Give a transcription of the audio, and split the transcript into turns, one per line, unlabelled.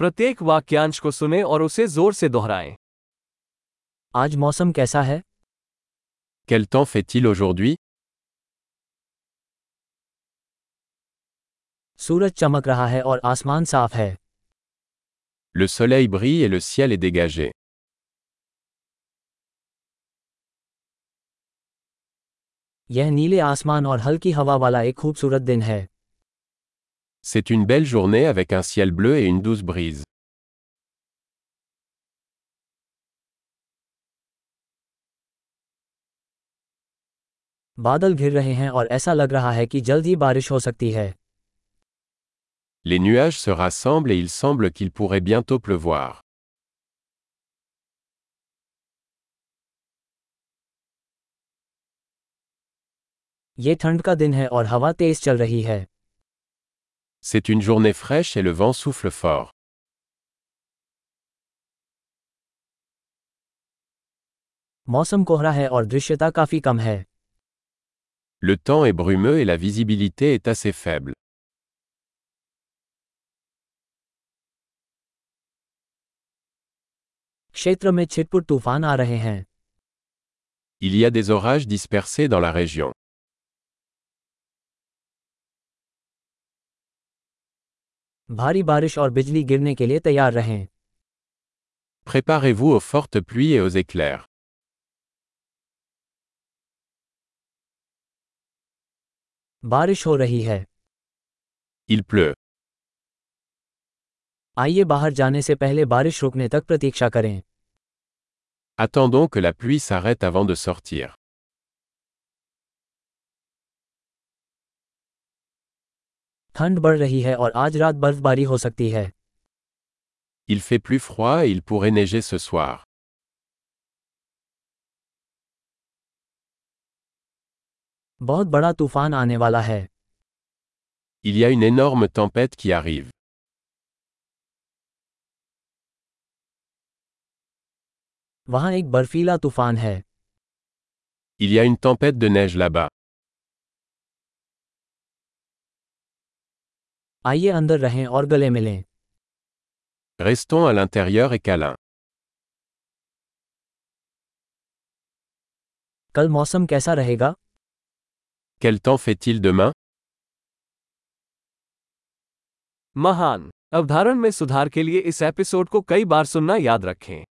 प्रत्येक वाक्यांश को सुने और उसे जोर से दोहराएं
आज मौसम कैसा है
Quel temps fait-il aujourd'hui
सूरज चमक रहा है और आसमान साफ है
Le soleil brille et le ciel est dégagé.
यह नीले आसमान और हल्की हवा वाला एक खूबसूरत दिन है
C'est une belle journée avec un ciel bleu et une douce brise.
बादल घिर रहे हैं और ऐसा लग रहा है कि जल्द ही बारिश हो सकती है
Les nuages se rassemblent et il semble qu'il pourrait bientôt pleuvoir.
ये ठंड का दिन है और हवा तेज चल रही है
C'est une journée fraîche et le vent souffle fort.
मौसम कोहरा है और दृश्यता काफी कम है
Le temps est brumeux et la visibilité est assez faible.
क्षेत्र में छिटपुट तूफान आ रहे हैं
Il y a des orages dispersés dans la région.
भारी बारिश और बिजली गिरने के लिए तैयार रहें
Préparez-vous aux fortes pluies et aux éclairs.
बारिश हो रही है
Il pleut.
आइए बाहर जाने से पहले बारिश रुकने तक प्रतीक्षा करें
Attendons que la pluie s'arrête avant de sortir.
ठंड बढ़ रही है और आज रात बर्फबारी हो सकती है
Il fait plus froid et il pourrait neiger ce soir.
बहुत बड़ा तूफान आने वाला है
Il y a une énorme tempête qui arrive.
वहाँ एक बर्फीला तूफान है
Il y a une tempête de neige là-bas.
आइए अंदर रहें और गले मिलें
Restons à l'intérieur et câlin.
कल मौसम कैसा रहेगा
Quel temps fait-il demain
महान अवधारण में सुधार के लिए इस एपिसोड को कई बार सुनना याद रखें